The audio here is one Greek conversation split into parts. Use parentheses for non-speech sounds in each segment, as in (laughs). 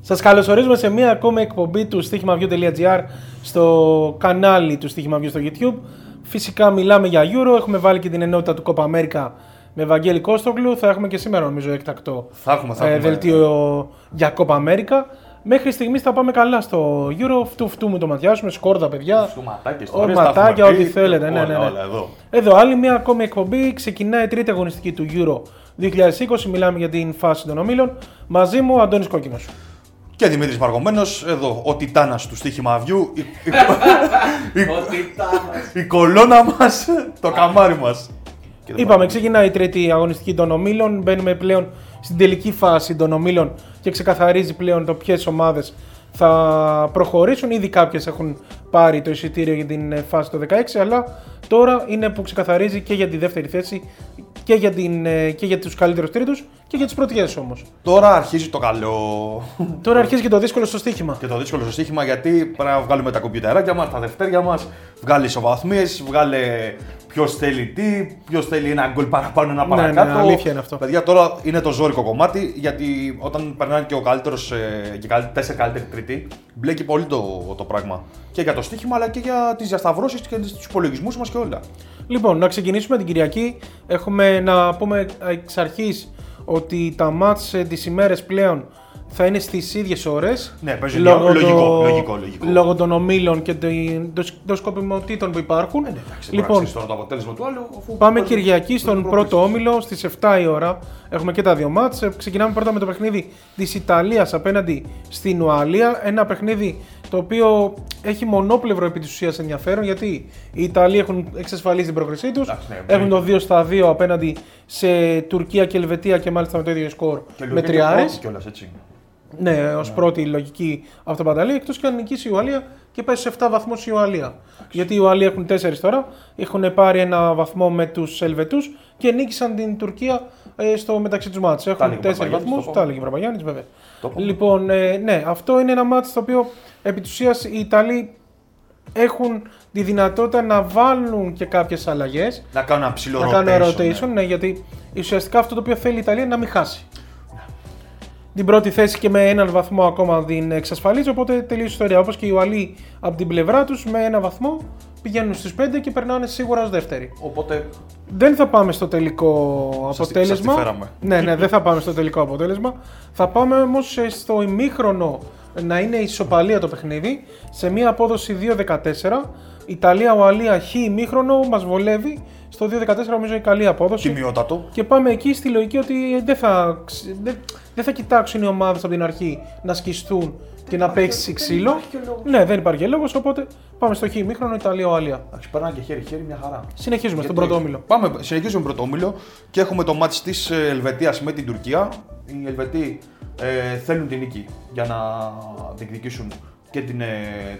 Σας καλωσορίζουμε σε μία ακόμη εκπομπή του στοίχημαβιού.gr στο κανάλι του στοίχημαβιού στο YouTube. Φυσικά μιλάμε για Euro, έχουμε βάλει και την ενότητα του Copa America με Βαγγέλη Κόστογλου. Θα έχουμε και σήμερα νομίζω έκτακτο Θα έχουμε, θα ε, έχουμε. ναι. δελτίο για Copa America. Μέχρι στιγμής θα πάμε καλά στο Euro, φτού φτού μου το ματιάσουμε, σκόρδα παιδιά. Σκουματάκια, ιστορίες, τα έχουμε Ορματάκια, ό,τι πει, θέλετε. Ναι, ναι, ναι. όλα, όλα εδώ. Εδώ άλλη μια ακόμη εκπομπή. Ξεκινάει η τρίτη αγωνιστική του Euro 2020. Μιλάμε για την φάση των ομίλων. Μαζί μου ο Αντώνης Κόκκινος. Και Δημήτρης Μαργομένος, εδώ ο Τιτάνας του στοίχημα Αβιού, η, η, Ο Τιτάνας. η κολόνα μας, το καμάρι μας. Και δεν Είπαμε, πάμε. ξεκινάει η τρίτη αγωνιστική των ομίλων. Μπαίνουμε πλέον στην τελική φάση των ομίλων και ξεκαθαρίζει πλέον το ποιες ομάδες θα προχωρήσουν. Ήδη κάποιες έχουν πάρει το εισιτήριο για την ε, φάση το 16, αλλά τώρα είναι που ξεκαθαρίζει και για τη δεύτερη θέση και για, την, ε, και για τους καλύτερους τρίτους και για τις πρωτιές όμως. Τώρα αρχίζει το καλό Τώρα αρχίζει και το δύσκολο στο στοίχημα. και το δύσκολο στο στοίχημα γιατί πρέπει να βγάλουμε τα κομπιουτεράκια μας, τα δευτέρια μας, βγάλει ισοβαθμίες, βγάλε ποιος θέλει τι, ποιος θέλει ένα γκολ παραπάνω, ένα Ναι, ναι, παρακάτω. αλήθεια είναι αυτό. Παιδιά, τώρα είναι το ζώρικο κομμάτι γιατί όταν περνάνε και ο καλύτερος και καλ- τέσσερι καλύτεροι τρίτη, μπλέκει πολύ το, το πράγμα. Και για το στοίχημα, αλλά και για τις διασταυρώσεις και τους υπολογισμούς μας και όλα. Λοιπόν, να ξεκινήσουμε την Κυριακή. Έχουμε να πούμε εξ αρχής ότι τα μάτς ε, τις ημέρες πλέον θα είναι στις ίδιες ώρες. Ναι, παίζει λο- λογικό, λογικό, λογικό. Λόγω των ομίλων και των- των σκ- των σκοπιμοτήτων που υπάρχουν. λοιπόν, Λοιπόν, τώρα το αποτέλεσμα του άλλου, αφού πάμε παίζουν- Κυριακή στον παίζουν πρώτο πρόκληση. όμιλο στις 7 η ώρα. Έχουμε και τα δύο μάτς. Ε, Ξεκινάμε πρώτα με το παιχνίδι της Ιταλίας απέναντι στην Ουαλία. Ένα παιχνίδι το οποίο έχει μονόπλευρο επί της ουσίας ενδιαφέρον γιατί οι Ιταλοί έχουν εξασφαλίσει την πρόκρισή τους. Εντάξει, ναι, έχουν το 2 στα 2 απέναντι σε Τουρκία και Ελβετία και μάλιστα με το ίδιο σκορ Και με λογική τριάρες. πρώτη κιόλας, έτσι. Ναι, ως πρώτη λογική αυτοπανταλή, εκτός και αν νικήσει η Ουαλία και πάει σε 7 βαθμούς η Ουαλία. Γιατί οι Ουαλοί έχουν 4 τώρα, έχουν πάρει ένα βαθμό με τους Ελβετούς και νίκησαν την Τουρκία ε, στο μεταξύ τους μάτς. Έχουν έλεγε ο 4 Παπαγιάννης, βαθμούς, το τα πω. έλεγε ο Παπαγιάννης, βέβαια. Το πω. Λοιπόν, ε, ναι, αυτό είναι ένα μάτς το οποίο επί της ουσίας, οι Ιταλοί έχουν τη δυνατότητα να βάλουν και κάποιες αλλαγές. Να κάνω ένα ψηλό Να κάνουν rotation, rotation, ναι, γιατί ουσιαστικά αυτό το οποίο θέλει η Ιταλία είναι να μην χάσει. Την πρώτη θέση και με έναν βαθμό ακόμα την εξασφαλίζει, οπότε τελείωσε η ιστορία. Όπως και οι Ουαλοί από την πλευρά τους με ένα βαθμό πηγαίνουν στου 5 και περνάνε σίγουρα ως δεύτερη. Οπότε Δεν θα πάμε στο τελικό Σας τη- αποτέλεσμα. σας τη φέραμε. ναι, ναι, δεν θα πάμε στο τελικό αποτέλεσμα. Θα πάμε όμως στο ημίχρονο να είναι ισοπαλία το παιχνίδι σε μια απόδοση 2-14. Ιταλία-Ουαλία χ ημίχρονο μας βολεύει. Στο 2-14 νομίζω είναι καλή απόδοση. τιμιότατο. Και πάμε εκεί στη λογική ότι ε, δεν θα, ξ- δεν, δεν θα κοιτάξουν οι ομάδες από την αρχή να σκιστούν και να παίξει ξύλο. Ναι, δεν υπάρχει λόγος. Οπότε πάμε στο χ ημίχρονο Ιταλία-Ουαλία. Εντάξει, περνάει και χέρι-χέρι, μια χαρά. Συνεχίζουμε στον Γιατί- πρώτο όμιλο. Πάμε, συνεχίζουμε πρώτο όμιλο και έχουμε το μάτς της ε, Ελβετίας με την Τουρκία. Οι Ελβετοί ε, θέλουν την νίκη για να διεκδικήσουν και την, ε,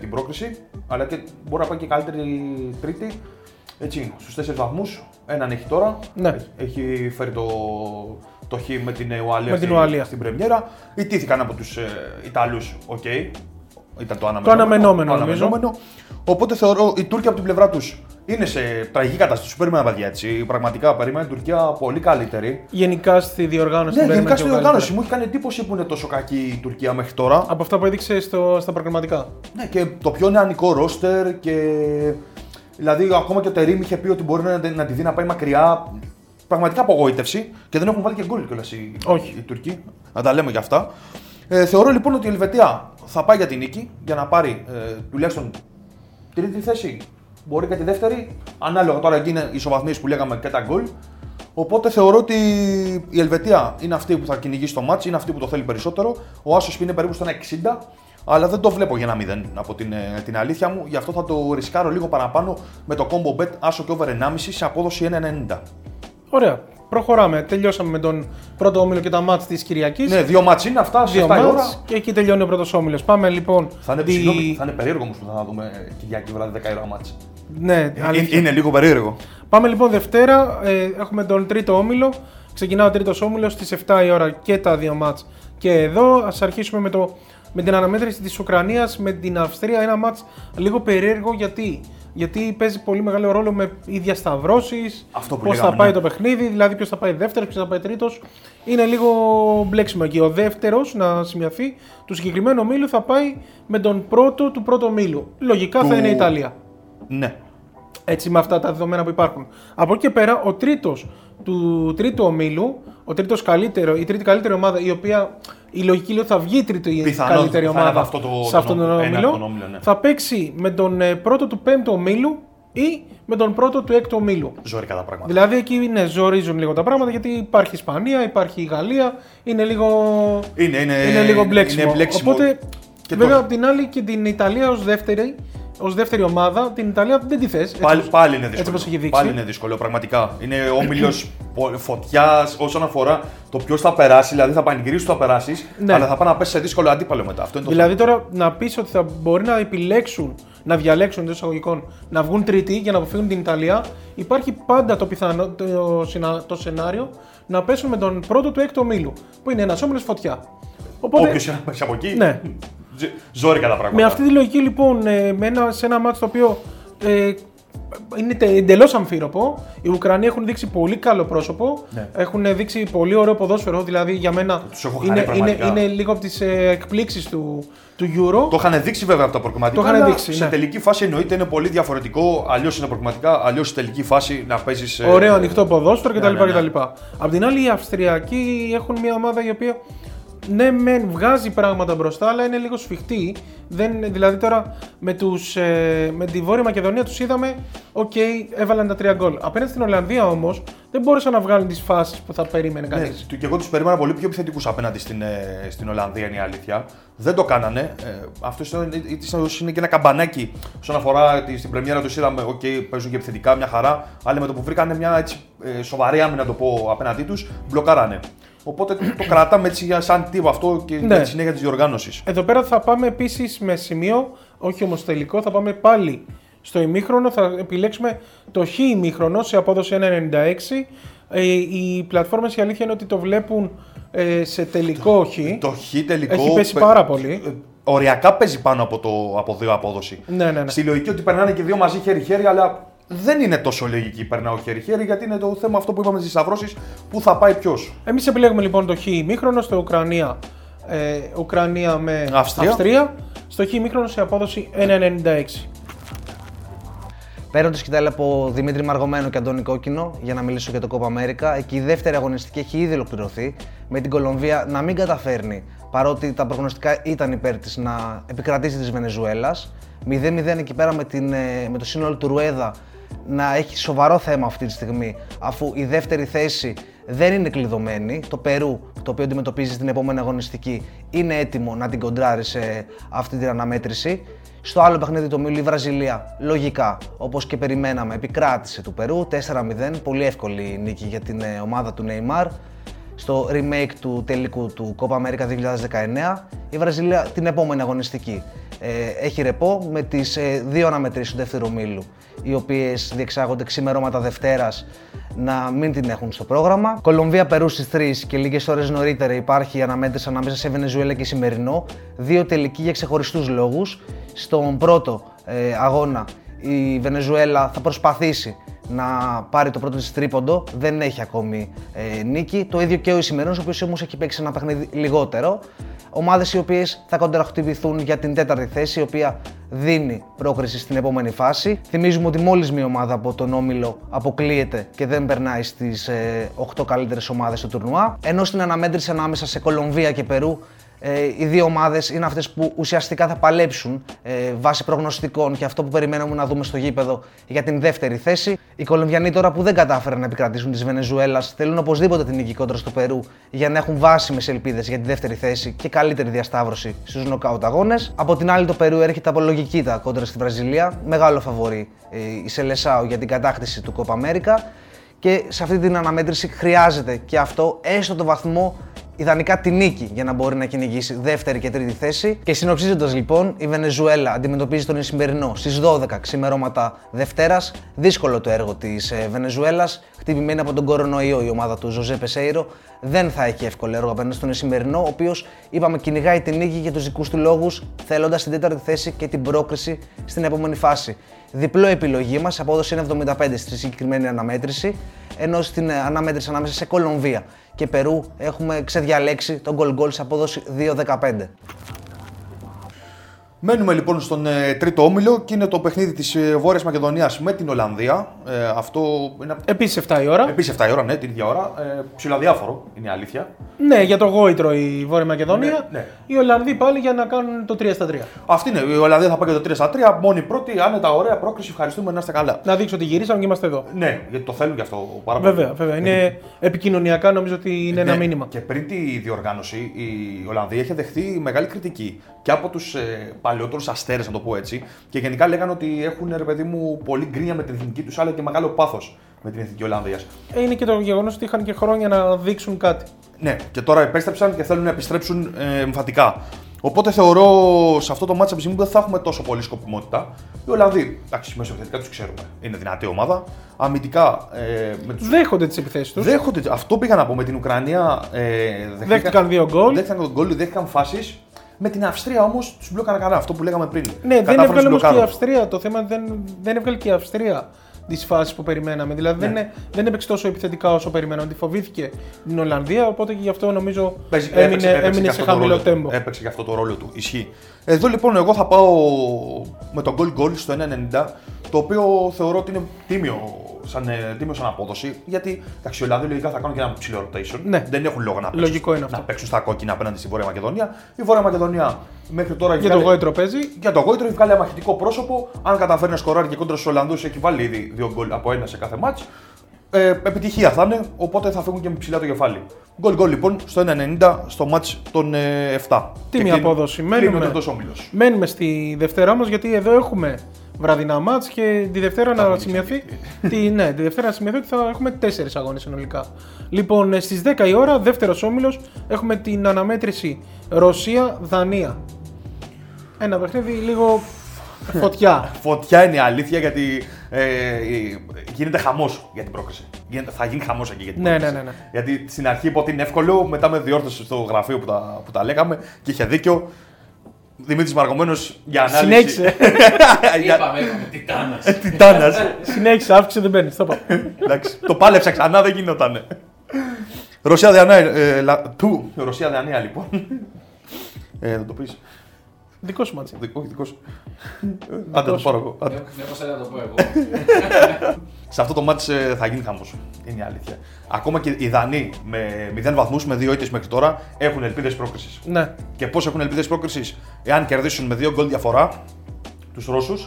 την πρόκριση, αλλά και μπορεί να πάει και καλύτερη τρίτη. Έτσι, στους τέσσερις βαθμούς, έναν έχει τώρα. Ναι. Έχει- Έχει φέρει το, το χ με την ε, Ουαλία, Με την Ουαλία. στην Πρεμιέρα. Ιτήθηκαν από τους ε, Ιταλούς, οκ. Ήταν το αναμενόμενο. αναμενόμενο, Το νομίζω. αναμενόμενο. Οπότε θεωρώ οι Τούρκοι από την πλευρά τους είναι σε τραγική κατάσταση. Του περίμενα, παιδιά. Έτσι. Πραγματικά περίμενα η Τουρκία πολύ καλύτερη. Γενικά στη διοργάνωση. την Ναι, περίμενα γενικά στην και εγώ οργάνωση καλύτερα. μου έχει κάνει εντύπωση που είναι τόσο κακή η Τουρκία μέχρι τώρα. Από αυτά που έδειξε στο, στα προγραμματικά. Ναι, και το πιο νεανικό ρόστερ και. Δηλαδή, ακόμα και ο Τερήμ είχε πει ότι μπορεί να, να τη δει να πάει μακριά. Πραγματικά απογοήτευση και δεν έχουν βάλει και γκολ κιόλας οι, Όχι. οι Τουρκοί. Να τα λέμε κι αυτά. Ε, θεωρώ λοιπόν ότι η Ελβετία θα πάει για την νίκη για να πάρει ε, τουλάχιστον τρίτη θέση. Μπορεί και τη δεύτερη. Ανάλογα τώρα εκεί είναι οι ισοβαθμίες που λέγαμε και τα γκολ. Οπότε θεωρώ ότι η Ελβετία είναι αυτή που θα κυνηγήσει το μάτς, είναι αυτή που το θέλει περισσότερο. Ο Άσος είναι περίπου στο 1,60, αλλά δεν το βλέπω για ένα 0 από την, ε, την αλήθεια μου. Γι' αυτό θα το ρισκάρω λίγο παραπάνω με το combo bet Άσο και over 1,5 σε απόδοση 1,90. Ωραία. Προχωράμε. Τελειώσαμε με τον πρώτο όμιλο και τα μάτς της Κυριακής. Ναι, δύο μάτς είναι αυτά, σε Δύο 7 η ώρα. μάτς και εκεί τελειώνει ο πρώτος όμιλος. Πάμε λοιπόν. Θα είναι, τη- συγγνώμη, θα είναι περίεργο όμως που θα τα δούμε ε, Κυριακή βράδυ 10 η ώρα μάτς. Ε, Ναι, αλήθεια. Είναι λίγο περίεργο. Πάμε λοιπόν Δευτέρα, ε, έχουμε τον τρίτο όμιλο. Ξεκινά ο τρίτος όμιλος στις 7 η ώρα και τα δύο μάτς. Και εδώ ας αρχίσουμε με το με την αναμέτρηση της Ουκρανίας με την Αυστρία. Ένα μάτ λίγο περίεργο γιατί, γιατί παίζει πολύ μεγάλο ρόλο με οι διασταυρώσει, Αυτό που πώς θα λέγαμε, πάει ναι. το παιχνίδι, δηλαδή ποιος θα πάει δεύτερος, ποιος θα πάει τρίτος. Είναι λίγο μπλέξιμο εκεί. Ο δεύτερος, να σημειωθεί, του συγκεκριμένου ομίλου θα πάει με τον πρώτο του πρώτου ομίλου. Λογικά Του- θα είναι η Ιταλία. Ναι. Έτσι με αυτά τα δεδομένα που υπάρχουν. Από εκεί και πέρα, ο τρίτος του τρίτου ομίλου, ο τρίτος καλύτερο, η τρίτη καλύτερη ομάδα, η οποία η λογική λέει ότι θα βγει η τρίτη Πιθανόν, καλύτερη θα ομάδα είναι αυτό το- σε αυτόν τον τον ένα ομίλο, τον όμιλο, ναι. θα παίξει με τον ε, πρώτο του πέμπτου ομίλου ή με τον πρώτο του έκτου ομίλου. Ζωρικά τα πράγματα. Δηλαδή εκεί είναι, ζορίζουν λίγο τα πράγματα γιατί υπάρχει Ισπανία, υπάρχει η Γαλλία, είναι λίγο Είναι, Ε, είναι, είναι λίγο μπλέξιμο. είναι μπλέξιμο. Οπότε, Και βέβαια, τώρα. απ' την άλλη και την Ιταλία ως δεύτερη, ως δεύτερη ομάδα, την Ιταλία δεν τη θες. Πάλι, πάλι είναι δύσκολο. Έτσι όπως έχει δείξει. Πάλι είναι δύσκολο, πραγματικά. Είναι όμιλο φωτιάς όσον αφορά το ποιος θα περάσει. Δηλαδή θα πανηγυρίσει θα περάσεις, Ναι. αλλά θα πάει να πέσει σε δύσκολο αντίπαλο μετά. Αυτό είναι το Δηλαδή, τώρα να πεις ότι θα μπορεί να επιλέξουν, να διαλέξουν εντός εισαγωγικών, να βγουν τρίτη για να αποφύγουν την Ιταλία, υπάρχει πάντα το πιθανό το, συνα- το σενάριο να πέσουν με τον πρώτο του έκτο ομίλου, που είναι ένας όμιλος φωτιά. Οπότε, Όποιος είναι να πέσει από εκεί. Ναι. ζ- Ζόρικα τα πράγματα. Με αυτή τη λογική λοιπόν, ε, με ένα, σε ένα μάτσο το οποίο ε, είναι εντελώς αμφίροπο, οι Ουκρανοί έχουν δείξει πολύ καλό πρόσωπο, Ναι. έχουν δείξει πολύ ωραίο ποδόσφαιρο, δηλαδή για μένα Τους έχω χαρεί είναι, είναι, πραγματικά. είναι λίγο από τις ε, εκπλήξεις του, του Euro. Το είχαν δείξει βέβαια από τα προκριματικά. Το είχαν αλλά δείξει, Σε ναι. τελική φάση εννοείται είναι πολύ διαφορετικό. Αλλιώς είναι προκριματικά, αλλιώς στη τελική φάση να ε, παίζει. Ωραίο ανοιχτό ποδόσφαιρο κτλ. ναι, ναι. κτλ. Απ' την άλλη, οι Αυστριακοί έχουν μια ομάδα η οποία ναι, μεν βγάζει πράγματα μπροστά, αλλά είναι λίγο σφιχτή. Δεν, δηλαδή τώρα με, τους, ε, με τη Βόρεια Μακεδονία τους είδαμε, οκ, έβαλαν τα τρία γκολ. Απέναντι στην Ολλανδία όμως δεν μπόρεσαν να βγάλουν τις φάσεις που θα περίμενε κανεί. Ναι, του- και εγώ τους περίμενα πολύ πιο επιθετικούς απέναντι στην, ε, στην Ολλανδία, είναι η αλήθεια. Δεν το κάνανε. Ε, αυτό είναι, ίσως είναι και ένα καμπανάκι όσον αφορά τη, στην πρεμιέρα τους. Είδαμε, οκ, παίζουν και επιθετικά, μια χαρά. Αλλά με το που βρήκανε μια έτσι, ε, σοβαρή άμυνα, να το πω απέναντί τους, μπλοκάρανε. Οπότε το κρατάμε έτσι για σαν τύπο αυτό και Ναι. για τη συνέχεια της διοργάνωσης. Εδώ πέρα θα πάμε επίσης με σημείο, όχι όμως τελικό, θα πάμε πάλι στο ημίχρονο. Θα επιλέξουμε το χ ημίχρονο σε απόδοση 1,96. Ε, οι πλατφόρμες η αλήθεια είναι ότι το βλέπουν ε, σε τελικό χ. Το χ τελικό. Έχει πέσει πε- πάρα πολύ. ε, Οριακά παίζει πάνω από, το, από δύο απόδοση. Ναι, ναι, ναι. Στη λογική ότι περνάνε και δύο μαζί χέρι-χέρι, αλλά δεν είναι τόσο λογική περνάω χέρι-χέρι, γιατί είναι το θέμα αυτό που είπαμε στις σταυρώσει, πού θα πάει ποιος. Εμείς επιλέγουμε λοιπόν το χ ημίχρονο στο Ουκρανία, ε, Ουκρανία με Αυστρία. Στο χ ημίχρονο σε απόδοση 1,96. Παίρνω τη σκητάλη από Δημήτρη Μαργωμένο και Αντώνη Κόκκινο για να μιλήσω για το Copa America. Εκεί η δεύτερη αγωνιστική έχει ήδη ολοκληρωθεί με την Κολομβία να μην καταφέρνει παρότι τα προγνωστικά ήταν υπέρ της να επικρατήσει της Βενεζουέλας. 0-0 εκεί πέρα με, την, ε, με το σύνολο του Ρουέδα να έχει σοβαρό θέμα αυτή τη στιγμή αφού η δεύτερη θέση δεν είναι κλειδωμένη. Το Περού, το οποίο αντιμετωπίζει την επόμενη αγωνιστική, είναι έτοιμο να την κοντράρει σε αυτή την αναμέτρηση. Στο άλλο παιχνίδι του ομίλου η Βραζιλία, λογικά, όπως και περιμέναμε, επικράτησε του Περού 4-0. Πολύ εύκολη νίκη για την ε, ομάδα του Νεϊμάρ. Στο remake του τελικού του Copa America 2019, η Βραζιλία την επόμενη αγωνιστική ε, έχει ρεπό με τις ε, δύο αναμετρήσεις του δεύτερου μήλου, οι οποίες διεξάγονται ξημερώματα Δευτέρας να μην την έχουν στο πρόγραμμα. Κολομβία Περού στις 3 και λίγες ώρες νωρίτερα υπάρχει η αναμέτρηση ανάμεσα σε Βενεζουέλα και Σημερινό. Δύο τελικοί για ξεχωριστούς λόγους. Στον πρώτο ε, αγώνα η Βενεζουέλα θα προσπαθήσει να πάρει το πρώτο της τρίποντο, δεν έχει ακόμη ε, νίκη. Το ίδιο και ο Ισημερινός, ο οποίος όμως έχει παίξει ένα παιχνίδι λιγότερο. Ομάδες οι οποίες θα κοντεραχτυπηθούν για την τέταρτη θέση, η οποία δίνει πρόκριση στην επόμενη φάση. Θυμίζουμε ότι μόλις μία ομάδα από τον Όμιλο αποκλείεται και δεν περνάει στις ε, 8 καλύτερες ομάδες του τουρνουά. Ενώ στην αναμέτρηση ανάμεσα σε Κολομβία και Περού ε, οι δύο ομάδες είναι αυτές που ουσιαστικά θα παλέψουν ε, βάσει προγνωστικών και αυτό που περιμένουμε να δούμε στο γήπεδο για την δεύτερη θέση. Οι Κολομβιανοί τώρα που δεν κατάφεραν να επικρατήσουν της Βενεζουέλας θέλουν οπωσδήποτε την νίκη κόντρα στο Περού για να έχουν βάσιμες ελπίδες για τη δεύτερη θέση και καλύτερη διασταύρωση στους νοκάουτ αγώνες. Από την άλλη, το Περού έρχεται από λογική τα κόντρα στη Βραζιλία. Μεγάλο φαβορή ε, η Σελεσάου για την κατάκτηση του Copa America. Και σε αυτή την αναμέτρηση χρειάζεται και αυτό έστω το βαθμό ιδανικά τη νίκη για να μπορεί να κυνηγήσει δεύτερη και τρίτη θέση. Και συνοψίζοντας λοιπόν, η Βενεζουέλα αντιμετωπίζει τον Ισημερινό στις 12 ξημερώματα Δευτέρας. Δύσκολο το έργο ε, τη Βενεζουέλα. Χτυπημένη από τον κορονοϊό η ομάδα του Ζωζέ Πεσέιρο. Δεν θα έχει εύκολο έργο απέναντι στον Ισημερινό, ο οποίος είπαμε κυνηγάει την νίκη για τους δικούς του λόγους, θέλοντας την τέταρτη θέση και την πρόκριση στην επόμενη φάση. Διπλό επιλογή μας, απόδοση είναι 75 στη συγκεκριμένη αναμέτρηση, ενώ στην ε, αναμέτρηση ανάμεσα σε Κολομβία και Περού έχουμε ξεδιαλέξει τον goal goal σε απόδοση 2-15. Μένουμε λοιπόν στον ε, τρίτο όμιλο και είναι το παιχνίδι της ε, Βόρειας Μακεδονίας με την Ολλανδία. Ε, αυτό είναι από- Επίση 7 η ώρα. επίσης 7 η ώρα, ναι, την ίδια ώρα. Ε, ψηλαδιάφορο είναι η αλήθεια. Ναι, για το γόητρο η Βόρεια Μακεδονία. Ναι, ναι. Οι Ολλανδοί πάλι για να κάνουν το 3 στα 3. Αυτή είναι. Η Ολλανδία θα πάει για το 3 στα 3. Μόνη πρώτη, άνετα, ωραία πρόκριση. Ευχαριστούμε να είστε καλά. Να δείξω ότι γυρίσαμε και είμαστε εδώ. Ναι, γιατί το θέλουν και αυτό πάρα πολύ. Βέβαια, βέβαια. Είναι επικοινωνιακά νομίζω ότι είναι ένα Ναι, μήνυμα. Και πριν τη διοργάνωση, η Ολλανδία είχε δεχθεί μεγάλη κριτική και από τους ε, παλαιότερους αστέρες, να το πω έτσι. Και γενικά λέγανε ότι έχουν ρε παιδί μου πολύ γκρίνια με την εθνική τους, αλλά και μεγάλο πάθος με την εθνική Ολλανδίας. Ε, Είναι και το γεγονός ότι είχαν και χρόνια να δείξουν κάτι. Ναι, και τώρα επέστρεψαν και θέλουν να επιστρέψουν ε, εμφατικά. Οπότε θεωρώ σε αυτό το match από τη στιγμή που δεν θα έχουμε τόσο πολλή σκοπιμότητα. Οι Ολλανδοί, εντάξει, μέσα επιθετικά τους ξέρουμε. Είναι δυνατή ομάδα. Αμυντικά ε, με τους. Δέχονται τις επιθέσεις τους. Δέχονται, αυτό πήγα να πω με την Ουκρανία. Ε, δεχτήκαν- Δέχτηκαν δύο γκολ. Δέχτηκαν τον γκολ, δέχτηκαν φάσεις. Με την Αυστρία όμως τους μπλόκαραν καλά. Αυτό που λέγαμε πριν. Ναι, δεν Κατάφεραν έβγαλε να όμως και η μπλοκάρουν. Αυστρία. Το θέμα δεν, δεν έβγαλε και η Αυστρία τις φάσεις που περιμέναμε. Δηλαδή Ναι. δεν, ε- δεν έπαιξε τόσο επιθετικά όσο περιμέναμε. Τη φοβήθηκε την Ολλανδία, οπότε και γι' αυτό νομίζω Παίζει- έμεινε, έπαιξε- έπαιξε έμεινε και σε αυτό το χαμηλό ρόλο Ε, του. τέμπο. Έπαιξε και αυτό το ρόλο του. Ισχύει. Εδώ λοιπόν εγώ θα πάω με τον goal goal στο 1.90, το οποίο θεωρώ ότι είναι τίμιο σαν, ε, τίμιο σαν απόδοση, γιατί εντάξει, οι Ολλανδοί λογικά θα κάνουν και ένα ψηλό rotation. Ναι. Δεν έχουν λόγο να παίξουν, Λογικό είναι αυτό. να παίξουν στα κόκκινα απέναντι στη Βόρεια Μακεδονία. Η Βόρεια Μακεδονία μέχρι τώρα έχει Για το βγάλει- γόητρο παίζει. για το γόητρο έχει βγάλει αμαχητικό πρόσωπο. Αν καταφέρει να σκοράρει και κόντρα στους Ολλανδούς, έχει βάλει ήδη δύο γκολ από ένα σε κάθε μάτ. Ε, επιτυχία θα είναι, οπότε θα φύγουν και με ψηλά το κεφάλι. Γκολ γκολ λοιπόν στο 1,90 στο μάτ των ε, 7. Τίμια απόδοση. Μένουμε. Μένουμε. Κλείνει ο τρίτο όμιλο. Μένουμε στη Δευτέρα όμω, γιατί εδώ έχουμε βραδινά μάτς και τη Δευτέρα να σημειωθεί. τη, ναι, τη Δευτέρα να σημειωθεί ότι θα έχουμε τέσσερις αγώνες συνολικά. Λοιπόν, στι 10 η ώρα, δεύτερος όμιλος, έχουμε την αναμέτρηση Ρωσία-Δανία. Ένα παιχνίδι λίγο φωτιά. (laughs) Φωτιά είναι η αλήθεια γιατί ε, ε, γίνεται χαμός για την πρόκριση. Γίνεται, θα γίνει χαμός εκεί για την Ναι, πρόκριση. ναι, ναι, ναι. Γιατί στην αρχή είπα ότι είναι εύκολο, μετά με διόρθωσε στο γραφείο που τα, που τα λέγαμε και είχε δίκιο. Δημήτρης Μαργωμένος για ανάλυση. (laughs) Συνέχισε. για- Είπαμε, είπαμε, τιτάνας. Τιτάνας. (laughs) Συνέχισε, αύξησε, δεν μπαίνεις. Θα πάω. Εντάξει, το πάλεψα ξανά, δεν γινότανε. Ρωσία Δανία. Ε, λα- του. Ρωσία Δανία, λοιπόν. Ε, θα το πεις. Δικό σου μάτσι. Όχι, δικό σου. Άντε, το πάρω εγώ. Άντε. Ναι, πως έλεγα να το πω εγώ. Σε αυτό το μάτς ε, θα γίνει χαμός. Είναι η αλήθεια. Ακόμα και οι Δανείοι με 0 βαθμούς, με 2 ήττες μέχρι τώρα, έχουν ελπίδες πρόκρισης. Ναι. Και πώς έχουν ελπίδες πρόκρισης, εάν κερδίσουν με δύο γκολ διαφορά τους Ρώσους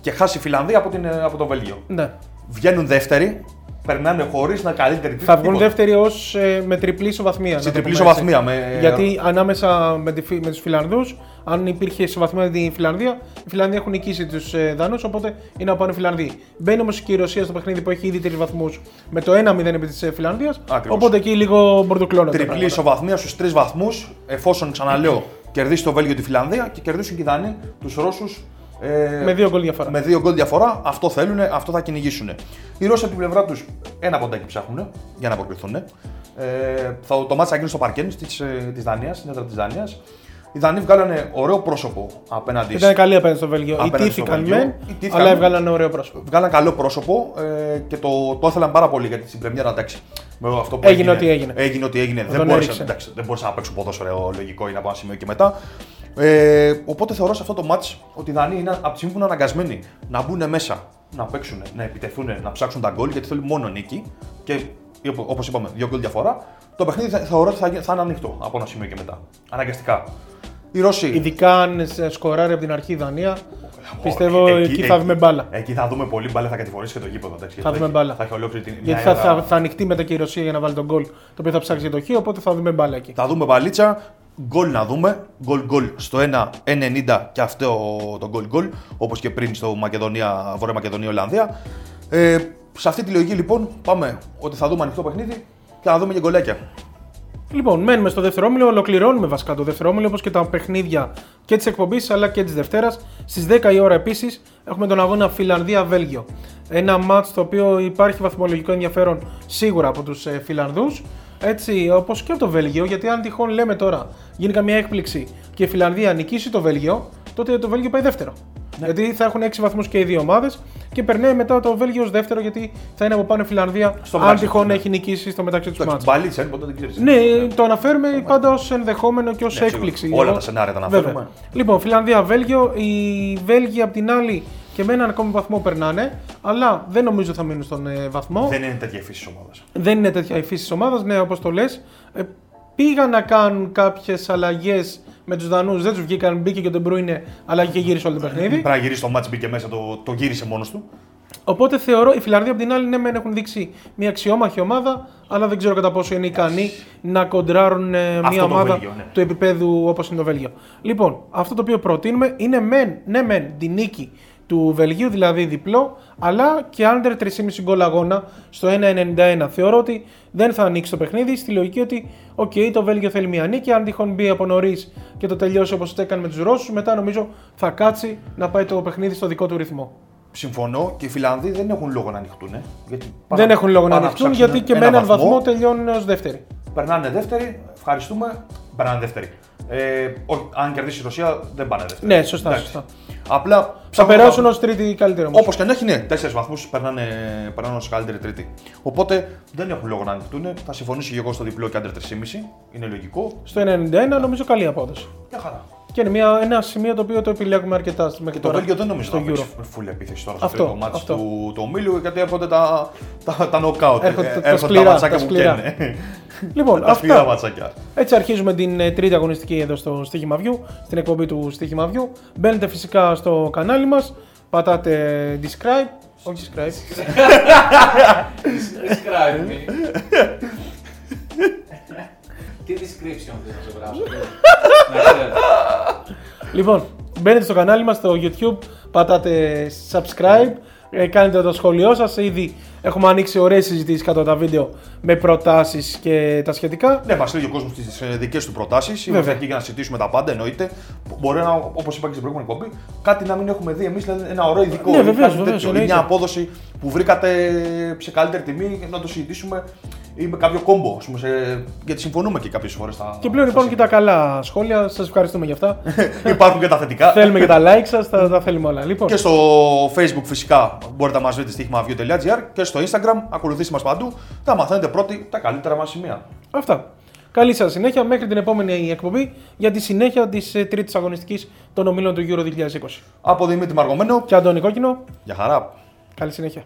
και χάσει η Φιλανδία από, την, ε, από το Βέλγιο. ναι. Βγαίνουν δεύτεροι, περνάνε χωρίς να καλύτερη τρίτη, Θα βγουν τίποτα. δεύτεροι ως με τριπλή ισοβαθμία. Λοιπόν. Σε να το τριπλή πούμε έτσι. ισοβαθμία, με- ε, Γιατί ανάμεσα με, τη, Φι- με τους Φιλανδούς, αν υπήρχε ισοβαθμία με τη Φιλανδία, οι Φιλανδοί έχουν νικήσει τους ε, Δανούς, οπότε είναι να πάνε Φιλανδοί. Μπαίνει όμως και η Ρωσία στο παιχνίδι που έχει ήδη τρεις βαθμούς με το 1-0 επί της Φιλανδίας. Ακριβώς. Οπότε εκεί λίγο μπορτοκλώνονται. τα Τριπλή πράγματα. ισοβαθμία στους τρεις βαθμούς, εφόσον ξαναλέω κερδίσει το Βέλγιο τη Φιλανδία και κερδίσουν και οι Δανείοι τους Ρώσους. Ε, Με δύο γκολ διαφορά. με δύο γκολ διαφορά. Αυτό θέλουν, αυτό θα κυνηγήσουν. Οι Ρώσοι από την πλευρά τους ένα ποντάκι ψάχνουν για να αποκριθούν. Ε, θα, το μάτς θα γίνει στο παρκέν τη της Δανίας, στην έδρα της Δανίας. Οι Δανείοι βγάλανε ωραίο πρόσωπο απέναντι. Ήταν καλή απέναντι στο Βέλγιο. Απέναντι στο Ιτήθηκαν Βέλγιο. μεν, Ιτήθηκαν αλλά μεν. έβγαλαν ωραίο πρόσωπο. Βγάλαν καλό πρόσωπο ε, και το, το ήθελαν πάρα πολύ γιατί στην πρεμιέρα εντάξει. Με αυτό που Έγινε ό,τι έγινε. Έγινε ό,τι έγινε. τον Δεν μπόρεσα, έριξε. εντάξει, δεν μπόρεσα να παίξω ποδόσφαιρο λογικό ή να πάω ένα σημείο και μετά. Ε, οπότε θεωρώ σε αυτό το match ότι οι Δανείοι είναι από τη στιγμή που είναι αναγκασμένοι να μπουν μέσα, να παίξουν, να επιτεθούν, να ψάξουν τα γκολ γιατί θέλουν μόνο νίκη. Και όπως είπαμε, δύο γκολ διαφορά. Το παιχνίδι θα- θεωρώ ότι θα, γι- θα είναι ανοιχτό από ένα σημείο και μετά. Αναγκαστικά. Οι Ρώσοι. Ειδικά αν σε σκοράρει από την αρχή η Δανία, πιστεύω Ε, εκεί, θα βγούμε μπάλα. Εκεί θα δούμε πολύ μπάλα, θα κατηγορήσει και το γήπεδο. εντάξει, γιατί δούμε έχει- μπάλα. Θα έχει ολόκληρη την. μια Γιατί θα, έδρα. θα, θα ανοιχτεί μετά και η Ρωσία για να βάλει τον γκολ, το οποίο θα ψάξει για το χ, οπότε θα δούμε μπάλα εκεί. Θα δούμε παλίτσα. Γκολ να δούμε. Γκολ γκολ στο 1-90 και αυτό το γκολ γκολ. Όπως και πριν στο Μακεδονία, Βόρεια Μακεδονία Ολλανδία. Ε, σε αυτή τη λογική λοιπόν πάμε ότι θα δούμε ανοιχτό παιχνίδι και θα δούμε και γκολάκια. Λοιπόν, μένουμε στο δεύτερο όμιλο, ολοκληρώνουμε βασικά το δεύτερο όμιλο όπως και τα παιχνίδια και της εκπομπής αλλά και της Δευτέρας. Στις 10 η ώρα επίσης έχουμε τον αγώνα Φιλανδία-Βέλγιο. Ένα μάτ το οποίο υπάρχει βαθμολογικό ενδιαφέρον σίγουρα από τους ε, Φιλανδούς. Έτσι, όπως και από το Βέλγιο, γιατί αν τυχόν λέμε τώρα γίνει καμία έκπληξη και η Φιλανδία νικήσει το Βέλγιο, τότε το Βέλγιο πάει δεύτερο. Ναι. Γιατί θα έχουν 6 βαθμούς και οι δύο ομάδες και περνάει μετά το Βέλγιο ως δεύτερο, γιατί θα είναι από πάνω η Φιλανδία. Στο αν μεταξύ, τυχόν ναι. έχει νικήσει στο μεταξύ τους Εντάξει, μάτς. μπαλίτσα είναι, ποτέ δεν ξέρεις. Ναι, το αναφέρουμε πάντα ως ενδεχόμενο και ως Ναι, σίγουρα. έκπληξη. Όλα Εγώ- τα σενάρια τα αναφέρουμε. Βέβαια. Λοιπόν, Φιλανδία-Βέλγιο. Οι Βέλγοι απ' την άλλη και με έναν ακόμη βαθμό περνάνε, αλλά δεν νομίζω θα μείνουν στον ε, βαθμό. Δεν είναι τέτοια φύση ομάδας. Δεν είναι τέτοια η φύση της ομάδας, ναι, όπως το λες. Ε, πήγαν να κάνουν κάποιες αλλαγές με τους Δανούς, δεν τους βγήκαν. Μπήκε και ο Ντεμπρούινε, αλλά και γύρισε όλο το παιχνίδι. Πρέπει να γυρίσει το μάτς, μπήκε μέσα, το, το γύρισε μόνος του. Οπότε θεωρώ οι Φιλανδοί απ' την άλλη ναι, μεν έχουν δείξει μια αξιόμαχη ομάδα, αλλά δεν ξέρω κατά πόσο είναι ικανοί να κοντράρουν ε, Αυτό μια το ομάδα Βέλγιο, ναι. του επίπεδου όπως είναι το Βέλγιο. Λοιπόν, αυτό το οποίο προτείνουμε είναι μεν, ναι, μεν την νίκη του Βελγίου, δηλαδή διπλό, αλλά και under 3,5 γκολ αγώνα στο 1,91. Θεωρώ ότι δεν θα ανοίξει το παιχνίδι στη λογική ότι, οκ, το Βέλγιο θέλει μια νίκη. Αν τυχόν μπει από νωρίς και το τελειώσει όπως το έκανε με τους Ρώσους, μετά νομίζω θα κάτσει να πάει το παιχνίδι στο δικό του ρυθμό. Συμφωνώ και οι Φιλανδοί δεν έχουν λόγο να ανοιχτούν. ε. Γιατί δεν πάνε- έχουν λόγο να πάνε ανοιχτούν ψάξουν γιατί και με ένα έναν βαθμό, τελειώνουν ως δεύτερη. Περνάνε δεύτεροι, ευχαριστούμε. Περνάνε δεύτεροι. Ε, όχι, αν κερδίσει η Ρωσία, δεν πάνε δεύτεροι. Ναι, σωστά, Εντάξει. σωστά. Απλά Θα περάσουν ως τρίτη καλύτερη όμως. Όπως και να έχει, ναι, τέσσερις βαθμούς περνάνε, περνάνε ως καλύτερη τρίτη. Οπότε δεν έχουν λόγο να ανοιχτούν. Θα συμφωνήσω και εγώ στο διπλό και άντερ 3,5. Είναι λογικό. Στο 91 νομίζω καλή απόδοση. Μια χαρά. Και είναι μια, ένα σημείο το οποίο το επιλέγουμε αρκετά στη- μέχρι Και το τώρα. Βέλγιο δεν νομίζω στο να Euro. παίξει φουλ επίθεση τώρα στο Αυτό, τρίτο μάτς αυτό. του, του ομίλου γιατί έρχονται τα, τα, τα knockout. Ε, Έρχονται τα- τα τα σκληρά, ματσάκια τα που σκληρά. καίνε. Λοιπόν, τα σκληρά αυτά. ματσάκια. Έτσι αρχίζουμε την ε, τρίτη αγωνιστική εδώ στο Στοίχημα View, στην εκπομπή του Στοίχημα View. Μπαίνετε φυσικά στο κανάλι μας, πατάτε describe. Όχι subscribe. Describe me. Τι description θες να σε (laughs) γράψω. Να ξέρω. Λοιπόν, μπαίνετε στο κανάλι μας στο YouTube, πατάτε subscribe, ε, κάνετε το σχόλιο σας. Ήδη έχουμε ανοίξει ωραίες συζητήσεις κάτω από τα βίντεο με προτάσεις και τα σχετικά. Ναι, μας λέει ο κόσμος τις δικές του προτάσεις. Είμαστε Βέβαια. εκεί για να συζητήσουμε τα πάντα, εννοείται. Μπορεί να, όπως είπα και στην προηγούμενη κομπή, κάτι να μην έχουμε δει εμείς, δηλαδή ένα ωραίο ειδικό. Ναι, ή βεβαίως, κάτι βεβαίως, τέτοιο. ή εννοείται. μια απόδοση που βρήκατε σε καλύτερη τιμή και να το συζητήσουμε ή με κάποιο κόμπο. ας πούμε, σε- Γιατί συμφωνούμε και κάποιες φορές. Και πλέον υπάρχουν και τα καλά σχόλια, σας ευχαριστούμε για αυτά. (laughs) Υπάρχουν και τα θετικά. θέλουμε και τα like σας, τα, τα θέλουμε όλα. Λοιπόν, Και στο facebook φυσικά μπορείτε να μας βρείτε στοίχημαβιο.gr και στο instagram ακολουθήστε μας παντού. Θα μαθαίνετε πρώτοι τα καλύτερα μας σημεία. αυτά. Καλή σας συνέχεια μέχρι την επόμενη εκπομπή για τη συνέχεια της ε, τρίτης αγωνιστικής των ομίλων του Euro 2020. Από Δημήτρη Μαργομένο, Και Αντώνη Κόκκινο, για χαρά. καλή συνέχεια.